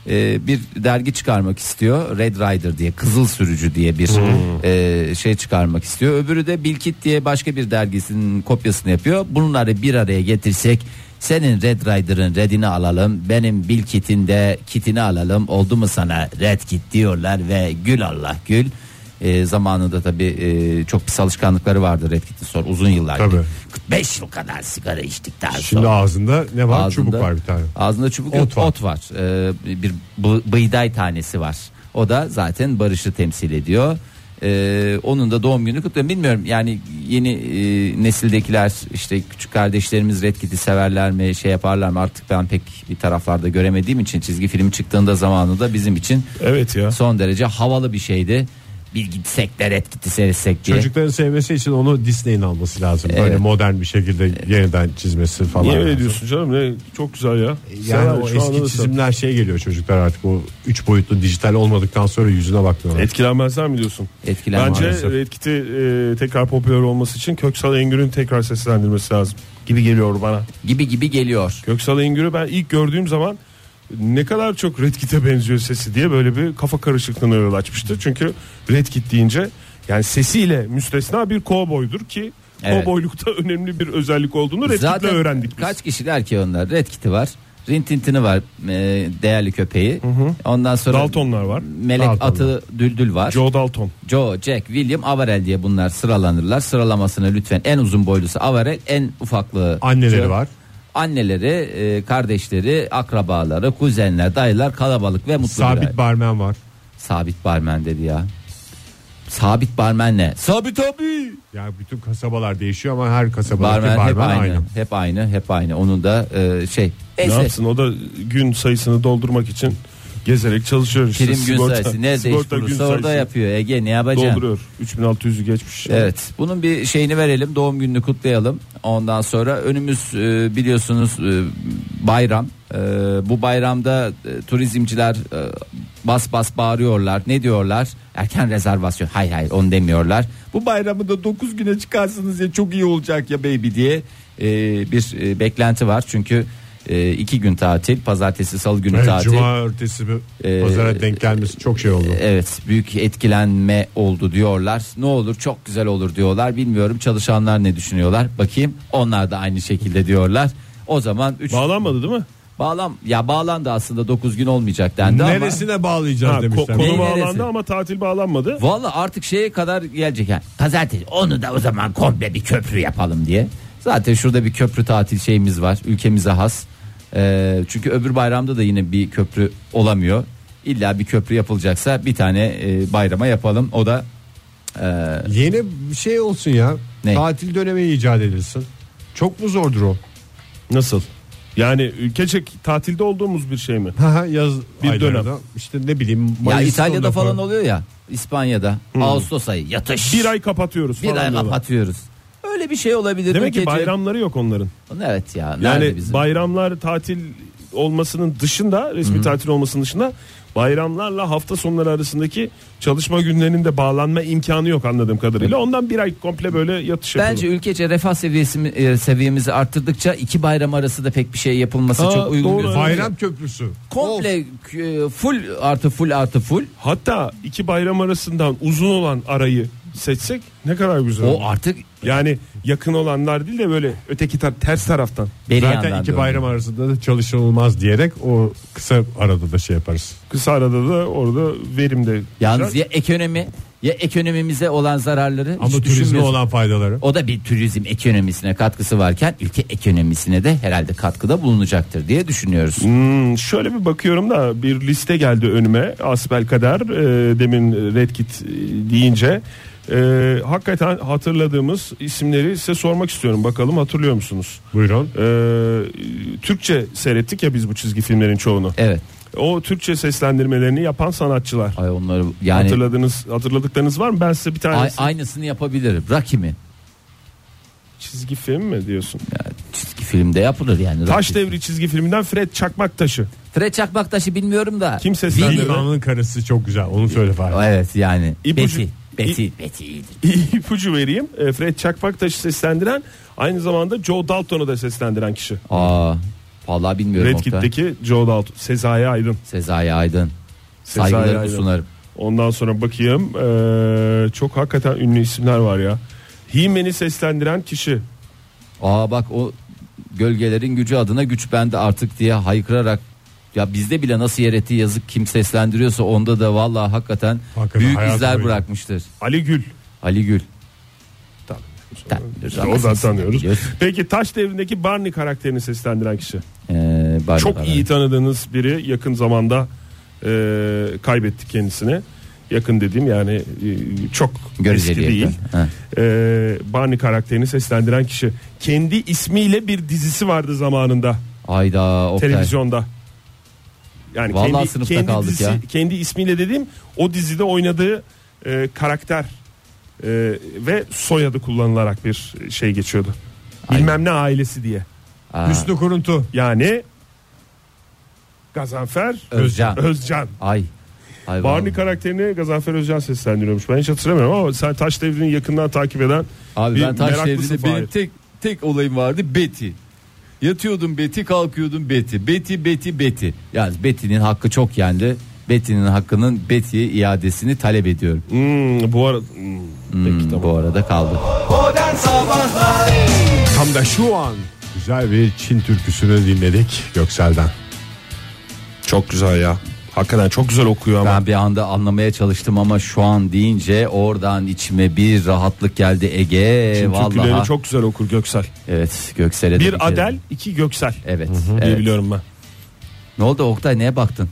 B: e, bir dergi çıkarmak istiyor. Red Rider diye kızıl sürücü diye bir e, şey çıkarmak istiyor. Öbürü de Bilkit diye başka bir dergisinin kopyasını yapıyor. Bunları bir araya getirsek senin Red Rider'ın Red'ini alalım. Benim Bilkit'in de kitini alalım. Oldu mu sana Red Kit diyorlar ve gül Allah gül. E, zamanında tabi çok pis alışkanlıkları vardı Red Kit'in sonra uzun yıllar.
C: Tabii.
B: 45 yıl kadar sigara içtikten sonra.
C: Şimdi ağzında ne var? Çubuk var bir tane.
B: Ağzında çubuk
C: Ot
B: yok, ot
C: var.
B: var. Ee, bir bı- bıyday tanesi var. O da zaten barışı temsil ediyor. Ee, onun da doğum günü kutluyorum. Bilmiyorum yani yeni e, nesildekiler işte küçük kardeşlerimiz Red Kit'i severler mi şey yaparlar mı artık ben pek bir taraflarda göremediğim için çizgi film çıktığında zamanında bizim için
D: Evet ya.
B: son derece havalı bir şeydi. Bir gitsek de ret gitti seyretsek diye.
C: Çocukların sevmesi için onu Disney'in alması lazım. Böyle
B: Evet.
C: modern bir şekilde yeniden çizmesi falan.
D: Niye öyle
C: lazım.
D: diyorsun canım? Ne, çok güzel ya.
C: Yani
D: Sen
C: o
D: şu anda
C: eski
D: da-
C: çizimler şey geliyor çocuklar artık o üç boyutlu dijital olmadıktan sonra yüzüne bakmıyorlar.
D: Etkilenmezler mi diyorsun?
B: Etkilenme
D: Bence
B: maalesef.
D: Red Kit'i e, tekrar popüler olması için Köksal Engür'ün tekrar seslendirmesi lazım gibi geliyor bana.
B: Gibi gibi geliyor.
D: Köksal Engür'ü ben ilk gördüğüm zaman ne kadar çok Red Kit'e benziyor sesi diye böyle bir kafa karışıklığına yol açmıştı. Çünkü Red Kit deyince yani sesiyle müstesna bir kovboydur ki
B: Evet.
D: kovboylukta önemli bir özellik olduğunu Red Kit'le
B: Zaten
D: öğrendik biz.
B: kaç kişiler ki onlar? Red Kit'i var. Rintintini var e, değerli köpeği. Ondan sonra
D: Daltonlar var.
B: Melek
C: Daltonlar.
B: atı Düldül var.
D: Joe Dalton.
B: Joe, Jack, William, Avarel diye bunlar sıralanırlar. Sıralamasını lütfen en uzun boylusu Avarel, en ufaklığı
C: Anneleri
B: Joe.
C: var.
B: Anneleri, e, kardeşleri, akrabaları, kuzenler, dayılar kalabalık ve mutlu bir aile.
C: Sabit barmen var.
B: Sabit barmen dedi ya. Sabit barmen ne? Sabit abi.
C: Yani bütün kasabalar değişiyor ama her kasabadaki
B: Barmen,
C: barmen,
B: hep aynı.
C: aynı.
B: Hep aynı, hep aynı. Onun da e, şey.
D: Ne
B: Neyse.
D: yapsın o da gün sayısını doldurmak için gezerek çalışıyor işte.
B: Prim gün
D: Sigorta-
B: sayısı nerede iş
D: sigorta gün
B: bulursa orada
D: sayısını
B: yapıyor. Ege ne yapacağım?
D: Dolduruyor. 3600'ü geçmiş.
B: Evet. Bunun bir şeyini verelim. Doğum gününü kutlayalım. Ondan sonra önümüz e, biliyorsunuz e, bayram. E, bu bayramda e, turizmciler e, bas bas bağırıyorlar. Ne diyorlar? Erken rezervasyon. Hayır hayır onu demiyorlar. Bu bayramı da 9 güne çıkarsınız ya çok iyi olacak ya baby diye e, bir e, beklenti var. Çünkü e, iki gün tatil. Pazartesi salı günü
C: Evet,
B: tatil.
C: cumartesi bir
B: Ee,
C: pazara denk gelmesi çok şey oldu.
D: e,
B: Evet büyük etkilenme oldu diyorlar. Ne olur çok güzel olur diyorlar. Bilmiyorum çalışanlar ne düşünüyorlar. Bakayım onlar da aynı şekilde diyorlar. O zaman 3
D: Bağlanmadı değil mi?
B: bağlam ya bağlandı aslında 9 gün olmayacak dendi
C: Neresine bağlayacağız
D: Ha, ko-
C: demişler.
D: konu
B: Neyi,
D: bağlandı
B: neresi?
D: ama tatil bağlanmadı.
B: ama valla artık şeye kadar gelecek yani. Pazartesi onu da o zaman komple bir köprü yapalım diye. Zaten şurada bir köprü tatil şeyimiz var. Ülkemize has. Ee, çünkü öbür bayramda da yine bir köprü olamıyor. İlla bir köprü yapılacaksa bir tane e, bayrama yapalım. O da e,
C: Yeni bir şey olsun ya.
B: Ne?
C: Tatil dönemi icat edilsin. Çok mu zordur o?
D: Nasıl? Yani ülkecek tatilde olduğumuz bir şey mi?
C: Haha, Yaz
D: Bir
C: bir
D: dönem.
C: dönem. İşte ne bileyim.
B: Ya
C: Mayıs
B: İtalya'da
C: sonunda
B: falan oluyor ya. İspanya'da. Ağustos ayı yatış.
D: Bir ay kapatıyoruz
B: Bir
D: falan.
B: ay
D: diyorlar.
B: kapatıyoruz. Öyle bir şey olabilir.
D: Demek ki
B: Ülkece-
D: bayramları yok onların.
B: Evet ya. Nerede
D: Yani
B: bizim?
D: bayramlar tatil olmasının dışında resmi tatil olmasının dışında bayramlarla hafta sonları arasındaki çalışma günlerinin de bağlanma imkanı yok anladığım kadarıyla. Ondan bir ay komple böyle yatış
B: Bence
D: yapalım.
B: ülkece refah seviyesi, e, seviyemizi arttırdıkça iki bayram arası da pek bir şey yapılması
D: Aa,
B: çok uygun.
D: doğru.
B: gözükmüyor.
C: Bayram köprüsü.
B: Komple e, full artı full artı full.
D: Hatta iki bayram arasından uzun olan arayı seçsek ne kadar güzel olur.
B: O artık
D: Yani yakın olanlar değil de böyle öteki tar- ters taraftan.
B: beri
C: Zaten
B: yandan
C: iki
B: diyorum.
C: bayram arasında da çalışılmaz diyerek o kısa arada da şey yaparız.
D: Kısa arada da orada verim de.
B: Yalnız
D: güzel.
B: ya ekonomi ya ekonomimize olan zararları
C: Ama
B: hiç
C: turizme
B: düşünmüyorsun.
C: olan faydaları.
B: O da bir turizm ekonomisine katkısı varken ülke ekonomisine de herhalde katkıda bulunacaktır diye düşünüyoruz.
D: Hmm, şöyle bir bakıyorum da bir liste geldi önüme asbel kadar demin Red Kit e, deyince E, hakikaten hatırladığımız isimleri size sormak istiyorum bakalım hatırlıyor musunuz?
C: Buyurun.
D: E, Türkçe seyrettik ya biz bu çizgi filmlerin çoğunu.
B: Evet.
D: O Türkçe seslendirmelerini yapan sanatçılar.
B: Ay onları yani
D: Hatırladığınız hatırladıklarınız var mı? Ben size bir
B: ay-
D: tanesi
B: aynısını yapabilirim. Rocky mi?
D: çizgi film mi diyorsun?
B: Ya, çizgi filmde yapılır yani.
D: Taş
B: Rocky.
D: Devri çizgi filminden Fred Çakmaktaşı.
B: Fred Çakmaktaş'ı bilmiyorum da.
D: Kim
C: Bill
D: seslendirdi?
C: İlhan'ın karısı çok güzel. Onu söyle Fahir.
B: Evet yani.
D: İpucu-
B: Betty.
D: İ-
B: Betty. Betty iyidir.
D: İpucu vereyim. E, Fred Çakmaktaş'ı seslendiren aynı zamanda Joe Dalton'u da seslendiren kişi.
B: Aa. Vallahi bilmiyorum.
D: Red
B: Oktay.
D: Kit'teki Joe Dalton. Sezai Aydın.
B: Sezai Aydın.
D: Sezai
B: Saygılarımı
D: Aydın.
B: sunarım.
D: Ondan sonra bakayım. E, çok hakikaten ünlü isimler var ya. He-Man'i seslendiren kişi.
B: Aa bak o gölgelerin gücü adına güç bende artık diye haykırarak ya bizde bile nasıl yer ettiği yazık kim seslendiriyorsa onda da vallahi hakikaten,
C: Hakikaten
B: büyük
C: hayatı
B: izler
C: boyunca.
B: bırakmıştır.
D: Ali Gül.
B: Ali Gül.
D: İşte Oradan tanıyoruz. Peki Taş Devri'ndeki Barney karakterini seslendiren kişi.
B: Ee, bari
D: Çok
B: bari.
D: iyi tanıdığınız biri yakın zamanda e, kaybetti kendisini. Yakın dediğim yani e, çok
B: Göreceli
D: eski değil.
B: yakın. Ha.
D: E, Barney karakterini seslendiren kişi. Kendi ismiyle bir dizisi vardı zamanında
B: Ayda Oktay.
D: televizyonda. Yani
B: Vallahi sınıfta kaldık ya.
D: Kendi ismiyle dediğim o dizide oynadığı e, karakter e, ve soyadı kullanılarak bir şey geçiyordu. Bilmem ne ailesi diye.
B: Aa,
C: Hüsnü Kuruntu.
D: Yani Gazanfer
B: Özcan.
D: Özcan.
B: Ay. Ay
D: Barney
B: vallahi.
D: karakterini Gazanfer Özcan seslendiriyormuş. Ben hiç hatırlamıyorum ama sen Taş Devri'ni yakından takip eden
B: Abi
D: bir
B: ben taş
D: meraklısın
B: devrinde benim
D: Fahir.
B: tek tek olayım vardı Betty. Yatıyordum Betty kalkıyordum Betty. Betty Betty Betty. Yani Betty'nin hakkı çok yendi. Betty'nin hakkının Betty'ye iadesini talep ediyorum.
D: Hmm, bu arada hmm, peki tamam.
B: Bu arada kaldı.
C: Tam da şu an güzel bir Çin türküsünü dinledik Göksel'den.
D: Çok güzel ya. Hakikaten çok güzel okuyor ama.
B: Ben bir anda anlamaya çalıştım ama şu an deyince oradan içime bir rahatlık geldi Ege.
D: Çin türkülerini
B: Vallahi.
D: çok güzel okur Göksel.
B: E, Evet Göksel'e de
D: Bir
B: kere-
D: Adel, iki Göksel
B: Evet.
D: diye
B: E, evet.
D: biliyorum ben.
B: Ne oldu Oktay neye baktın?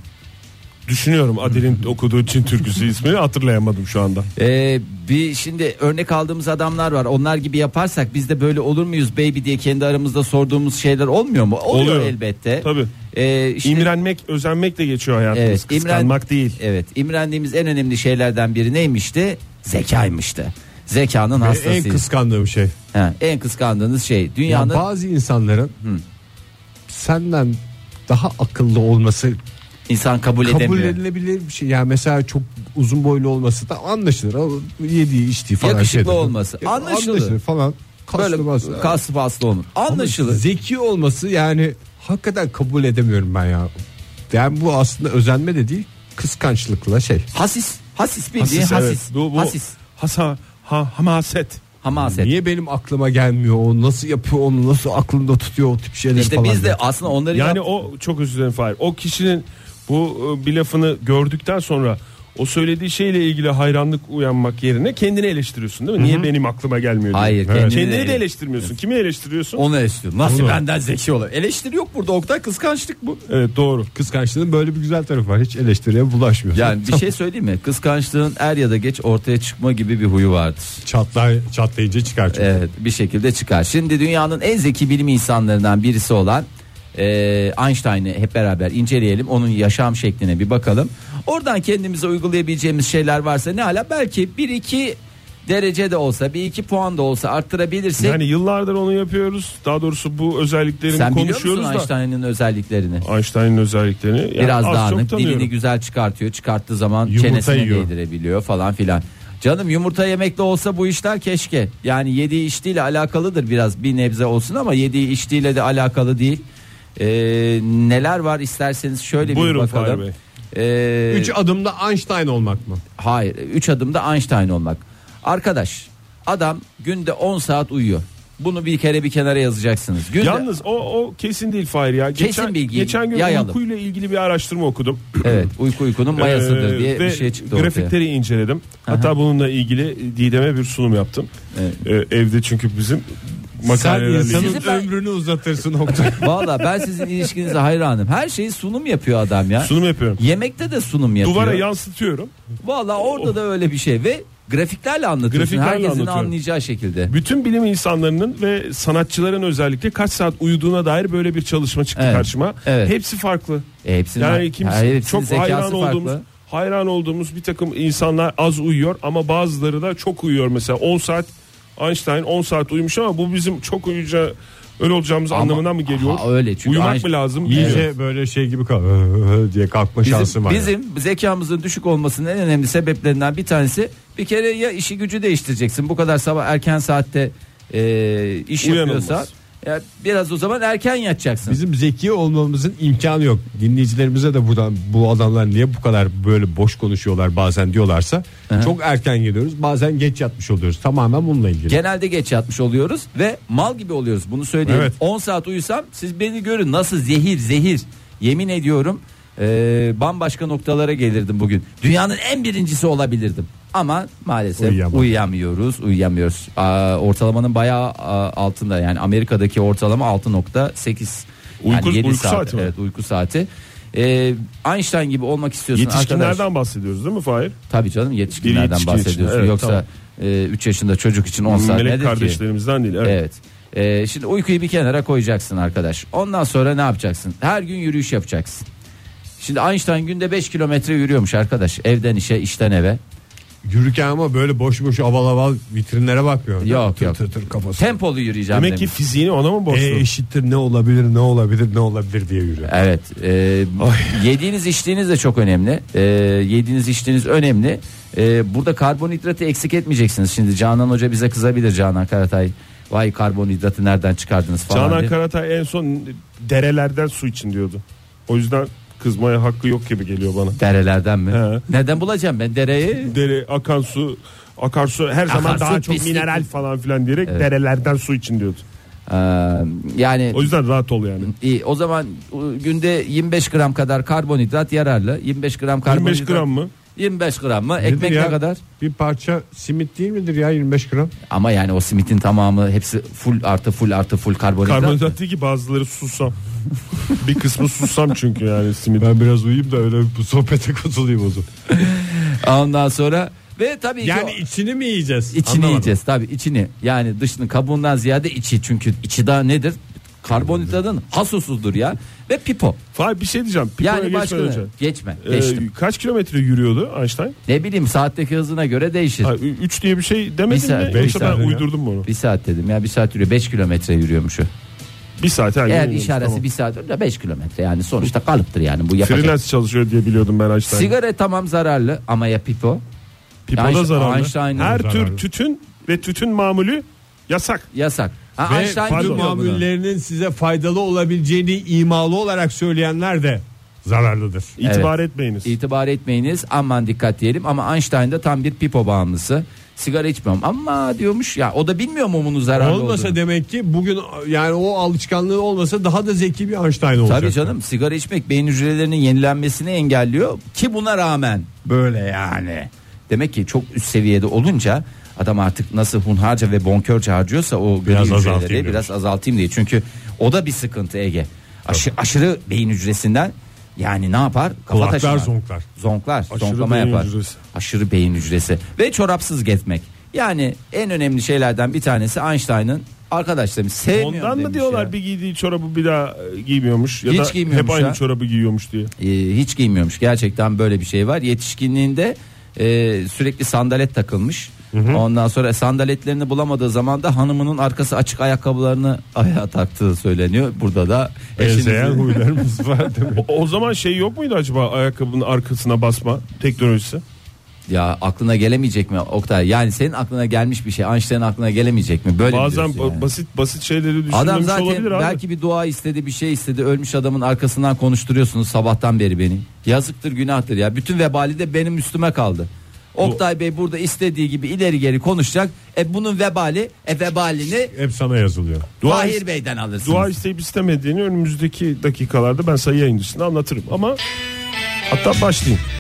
D: Düşünüyorum Adel'in okuduğu Çin türküsü ismini hatırlayamadım şu anda.
B: Ee, bir şimdi örnek aldığımız adamlar var. Onlar gibi yaparsak biz de böyle olur muyuz baby diye kendi aramızda sorduğumuz şeyler olmuyor mu? Oluyor,
D: Oluyor.
B: elbette.
D: Tabii.
B: Ee, işte-
D: İmrenmek, özenmek de geçiyor hayatımız.
B: Evet, E, imren-
D: Kıskanmak değil.
B: Evet, imrendiğimiz en önemli şeylerden biri neymişti? Zekaymıştı. Zekanın hastasıyız.
C: En kıskandığım şey.
B: Ha, en kıskandığınız şey
C: Ya
B: dünyanın
C: bazı insanların senden daha akıllı olması
B: insan kabul,
C: kabul
B: edemiyor.
C: edilebilir bir şey. Yani mesela çok uzun boylu olması da anlaşılır. O Yediği içtiği falan
B: Yakışıklı
C: şeydir.
B: olması.
C: Ya,
B: Anlaşılır.
C: falan. Kaslı
B: Böyle
C: maslı.
B: kaslı faslı olun.
C: Ama
B: Anlaşılır.
C: Zeki olması yani hakikaten kabul edemiyorum ben ya. Yani bu aslında özenme de değil kıskançlıkla şey.
B: Hasis, hasis bildiğin hasis.
D: evet.
B: Hasis.
D: Bu, bu, Hasa, ha, hamaset.
B: Hamaset.
C: Niye benim aklıma gelmiyor o nasıl yapıyor onu nasıl aklımda tutuyor o tip şeyleri
B: İşte
C: falan.
B: biz de
C: diye.
B: aslında onları
D: Yani
B: yap-
D: o çok özür dilerim Fahir. O kişinin bu e, bir lafını gördükten sonra o söylediği şeyle ilgili hayranlık uyanmak yerine kendini eleştiriyorsun değil mi? Niye benim aklıma gelmiyor diye.
B: Hayır,
D: Evet.
B: kendini
D: Kendini, de
B: ele-
D: eleştirmiyorsun. Kimi eleştiriyorsun?
B: Onu istiyorum. Nasıl
C: Onu.
B: benden zeki olur? Eleştiri yok burada Oktay kıskançlık bu.
D: Evet doğru.
C: kıskançlığın böyle bir güzel tarafı var. Hiç eleştiriye bulaşmıyor.
B: Yani bir şey söyleyeyim mi? Kıskançlığın er ya da geç ortaya çıkma gibi bir huyu vardır.
C: çatlay çatlayınca çıkar çünkü.
B: Evet bir şekilde çıkar. Şimdi dünyanın en zeki bilim insanlarından birisi olan e, Einstein'ı hep beraber inceleyelim. Onun yaşam şekline bir bakalım. Oradan kendimize uygulayabileceğimiz şeyler varsa ne ala belki bir iki derece de olsa bir iki puan da olsa arttırabilirsek.
D: Yani yıllardır onu yapıyoruz. Daha doğrusu bu özelliklerini
B: Sen biliyor
D: konuşuyoruz
B: musun
D: da.
B: Einstein'ın özelliklerini?
D: Einstein'ın özelliklerini yani
B: Biraz
D: az çok
B: dağınık
D: tanıyorum.
B: dilini güzel çıkartıyor çıkarttığı zaman
C: Yumurta
B: çenesine
C: yiyor.
B: değdirebiliyor falan filan. Canım yumurta yemekle olsa bu işler keşke yani yediği içtiğiyle alakalıdır biraz bir nebze olsun ama yediği içtiğiyle de alakalı değil. Ee, neler var isterseniz şöyle
D: Buyurun
B: bir bakalım.
D: Fahir Bey.
B: Ee,
C: Üç adımda Einstein olmak mı?
B: Hayır 3 adımda Einstein olmak. Arkadaş adam günde 10 saat uyuyor. Bunu bir kere bir kenara yazacaksınız. Günde,
D: Yalnız o, o kesin değil Fahir ya.
B: Kesin
D: geçen,
B: bilgi.
D: Geçen gün
B: Yayalım.
D: uykuyla ilgili bir araştırma okudum.
B: evet uyku uykunun mayasıdır
D: Ee,
B: diye
D: ve
B: bir şey çıktı ortaya.
D: Grafikleri inceledim. Hatta bununla ilgili Didem'e bir sunum yaptım. Ee, evde çünkü bizim makalelerle
C: Sen
D: ilgili.
C: insanın
B: Sizi ben-
C: ömrünü uzatırsın Oktay.
B: Valla ben sizin ilişkinize hayranım. Her şeyi sunum yapıyor adam ya.
D: sunum yapıyorum.
B: Yemekte de sunum yapıyor.
D: Duvara
B: Vallahi
D: yansıtıyorum.
B: orada da öyle bir şey ve grafiklerle anlatıyorsun.
D: Grafiklerle
B: Herkesin
D: anlatıyorum.
B: anlayacağı şekilde.
D: Bütün bilim insanlarının ve sanatçıların özellikle kaç saat uyuduğuna dair böyle bir çalışma çıktı
B: Evet,
D: karşıma.
B: evet.
D: Hepsi farklı.
B: E, hepsinin,
D: Yani kimse
B: her hepsinin
D: çok
B: zekası
D: hayran
B: farklı.
D: olduğumuz hayran olduğumuz bir takım insanlar az uyuyor ama bazıları da çok uyuyor mesela 10 saat Einstein 10 saat uyumuş ama bu bizim çok uyuyacağı öyle olacağımız
B: Ama-
D: anlamına mı geliyor?
B: Aha, öyle. Çünkü
D: Uyumak
B: Einstein-
D: mı lazım?
C: İyice
D: Bilmiyorum.
C: böyle şey gibi kal diye kalkma şansın
B: Bizim,
C: var. ya.
B: bizim zekamızın düşük olmasının en önemli sebeplerinden bir tanesi bir kere ya işi gücü değiştireceksin. Bu kadar sabah erken saatte e, iş
D: Uyanılmaz.
B: yapıyorsa ya biraz o zaman erken yatacaksın.
C: Bizim zeki olmamızın imkanı yok. Dinleyicilerimize de buradan bu adamlar niye bu kadar böyle boş konuşuyorlar bazen diyorlarsa çok erken geliyoruz. Bazen geç yatmış oluyoruz. Tamamen bununla ilgili.
B: Genelde geç yatmış oluyoruz ve mal gibi oluyoruz. Bunu söyleyeyim.
C: Evet.
B: 10 saat uyusam siz beni görün nasıl zehir zehir. Yemin ediyorum e, bambaşka noktalara gelirdim bugün. Dünyanın en birincisi olabilirdim. Ama maalesef
C: Uyuyamadım.
B: uyuyamıyoruz, uyuyamıyoruz. Aa, ortalamanın bayağı aa, altında yani Amerika'daki ortalama 6.8 yani
D: Uyku-
B: 7
D: uyku
B: saat,
D: saati mi?
B: evet uyku saati. Ee, Einstein gibi olmak istiyorsun
D: Yetişkinlerden
B: arkadaş.
D: bahsediyoruz değil mi Fahir?
B: Tabii canım yetişkinlerden
D: Bir yetişkin için,
B: bahsediyorsun.
D: evet,
B: Yoksa
D: tamam.
B: e, 3 yaşında çocuk için 10 saat
D: Melek
B: nedir ki?
D: kardeşlerimizden değil. Evet.
B: Evet. Ee, şimdi uykuyu bir kenara koyacaksın arkadaş. Ondan sonra ne yapacaksın? Her gün yürüyüş yapacaksın. Şimdi Einstein günde 5 kilometre yürüyormuş arkadaş. Evden işe, işten eve.
C: Yürürken ama böyle boş boş aval aval vitrinlere bakmıyor.
B: Yok,
C: tır
B: yok.
C: Tır tır kafası.
B: Tempolu yürüyeceğim
D: Demek ki
B: demiş.
D: fiziğini ona mı borçlu?
C: E eşittir ne olabilir ne olabilir ne olabilir diye yürüyor.
B: Evet. e, yediğiniz içtiğiniz de çok önemli. E, yediğiniz içtiğiniz önemli. E, burada karbonhidratı eksik etmeyeceksiniz. Şimdi Canan Hoca bize kızabilir Canan Karatay. Vay karbonhidratı nereden çıkardınız falan.
D: Canan
B: diye.
D: Karatay en son derelerden su için diyordu. O yüzden kızmaya hakkı yok gibi geliyor bana.
B: Derelerden mi?
D: He.
B: Neden bulacağım ben dereyi?
D: Dere, akan su, akarsu her zaman
B: Akarsu,
D: daha çok
B: pislik.
D: mineral falan filan diyerek derelerden su için diyordu.
B: Ee, yani
D: O yüzden rahat ol yani.
B: İyi, o zaman e, günde 25 gram kadar karbonhidrat yararlı. 25 gram
D: 25
B: karbonhidrat.
D: gram mı?
B: 25 gram mı?
C: Nedir
B: Ekmek
C: ya?
B: ne kadar?
C: Bir parça simit değil midir ya 25 gram?
B: Ama yani o simitin tamamı hepsi full artı full artı full karbonhidrat.
D: Karbonhidrat değil ki bazıları susam. bir kısmı susam çünkü yani simit.
C: Ben biraz uyuyayım da öyle bu sohbete katılayım o zaman.
B: Ondan sonra ve tabii
C: Yani
B: ki o-
C: içini mi yiyeceğiz?
B: içini
C: Anlamadım.
B: yiyeceğiz tabii içini. Yani dışını kabuğundan ziyade içi çünkü içi daha nedir? Karbonhidratın hasusudur ya. Ve pipo.
D: Fahir bir şey diyeceğim. Pipo'ya
B: yani
D: geçmeden
B: başka
D: önce.
B: geçme.
D: Ee,
B: Geçtim.
D: kaç kilometre yürüyordu Einstein?
B: ne bileyim saatteki hızına göre değişir.
D: 3 diye bir şey
B: Bir
D: demedin
B: saat,
D: mi?
B: bir
D: Yoksa ben
C: saat.
D: uydurdum mu onu?
B: Bir saat dedim ya bir saat yürüyor 5 kilometre yürüyormuş o.
D: Bir saat her gün
B: Eğer
D: yürüyormuş,
B: iş arası
D: tamam.
B: bir saat önce 5 kilometre yani sonuçta kalıptır yani bu yapacak.
D: Freelance çalışıyor diye biliyordum ben Einstein'ı.
B: Sigara tamam zararlı ama ya pipo
D: Pipo da
B: Einstein-
D: zararlı.
B: Einstein'ın
D: Her
C: zararlı.
D: tür tütün ve tütün mamulü yasak.
B: yasak. Ha,
C: Ve
B: Einstein
C: farklı
B: bilmiyor bunu.
C: mamullerinin size faydalı olabileceğini imalı olarak söyleyenler de zararlıdır.
D: İtibar etmeyiniz.
B: İtibar etmeyiniz aman dikkat diyelim ama Einstein de tam bir pipo bağımlısı. Sigara içmiyorum ama diyormuş ya o da bilmiyor mumunun zararlı
C: Olmasa
B: olduğunu.
C: demek ki bugün yani o alışkanlığı olmasa daha da zeki bir Einstein olacak.
B: Tabii canım sigara içmek beyin hücrelerinin yenilenmesini engelliyor ki buna rağmen böyle yani. Demek ki çok üst seviyede olunca adam artık nasıl hunharca ve bonkörce harcıyorsa o
C: Biraz
B: gri hücreleri
C: azaltayım diyor.
B: biraz azaltayım diye. Çünkü o da bir sıkıntı Ege. Aşı- aşırı beyin hücresinden yani ne yapar? Kafa
C: Kulaklar
B: taşınar.
C: zonklar.
B: Zonklar. zonklama
D: beyin
B: yapar.
D: hücresi.
B: Aşırı beyin hücresi. Ve çorapsız gezmek. Yani en önemli şeylerden bir tanesi Einstein'ın arkadaş demiş sevmiyorum
D: Ondan mı
B: demiş
D: diyorlar
B: ya.
D: bir giydiği çorabı bir daha e, giymiyormuş ya
B: Hiç
D: da
B: giymiyormuş
D: hep aynı
B: ha.
D: çorabı giyiyormuş diye.
B: e, hiç giymiyormuş. Gerçekten böyle bir şey var. Yetişkinliğinde e, sürekli sandalet takılmış. Ondan sonra sandaletlerini bulamadığı zaman da hanımının arkası açık ayakkabılarını ayağa taktığı söyleniyor. Burada da
C: Benzeyen
B: eşinizin
C: huylarımız var demek.
D: O, o zaman şey yok muydu acaba ayakkabının arkasına basma teknolojisi?
B: ya aklına gelemeyecek mi Oktay? Yani senin aklına gelmiş bir şey. Einstein'ın aklına gelemeyecek mi? Böyle mi
D: Bazen
B: diyorsun yani?
D: ba- basit basit şeyleri düşünmemiş
B: Adam zaten
D: olabilir abi.
B: belki bir dua istedi bir şey istedi ölmüş adamın arkasından konuşturuyorsunuz sabahtan beri beni. Yazıktır günahtır ya bütün vebali de benim üstüme kaldı. Oktay Bey burada istediği gibi ileri geri konuşacak. E bunun vebali e vebalini
C: Hep sana yazılıyor.
D: Dua
B: Fahir
D: is-
B: Bey'den alırsınız.
D: Dua isteyip istemediğini önümüzdeki dakikalarda ben sayı yayıncısına anlatırım ama hatta başlayayım.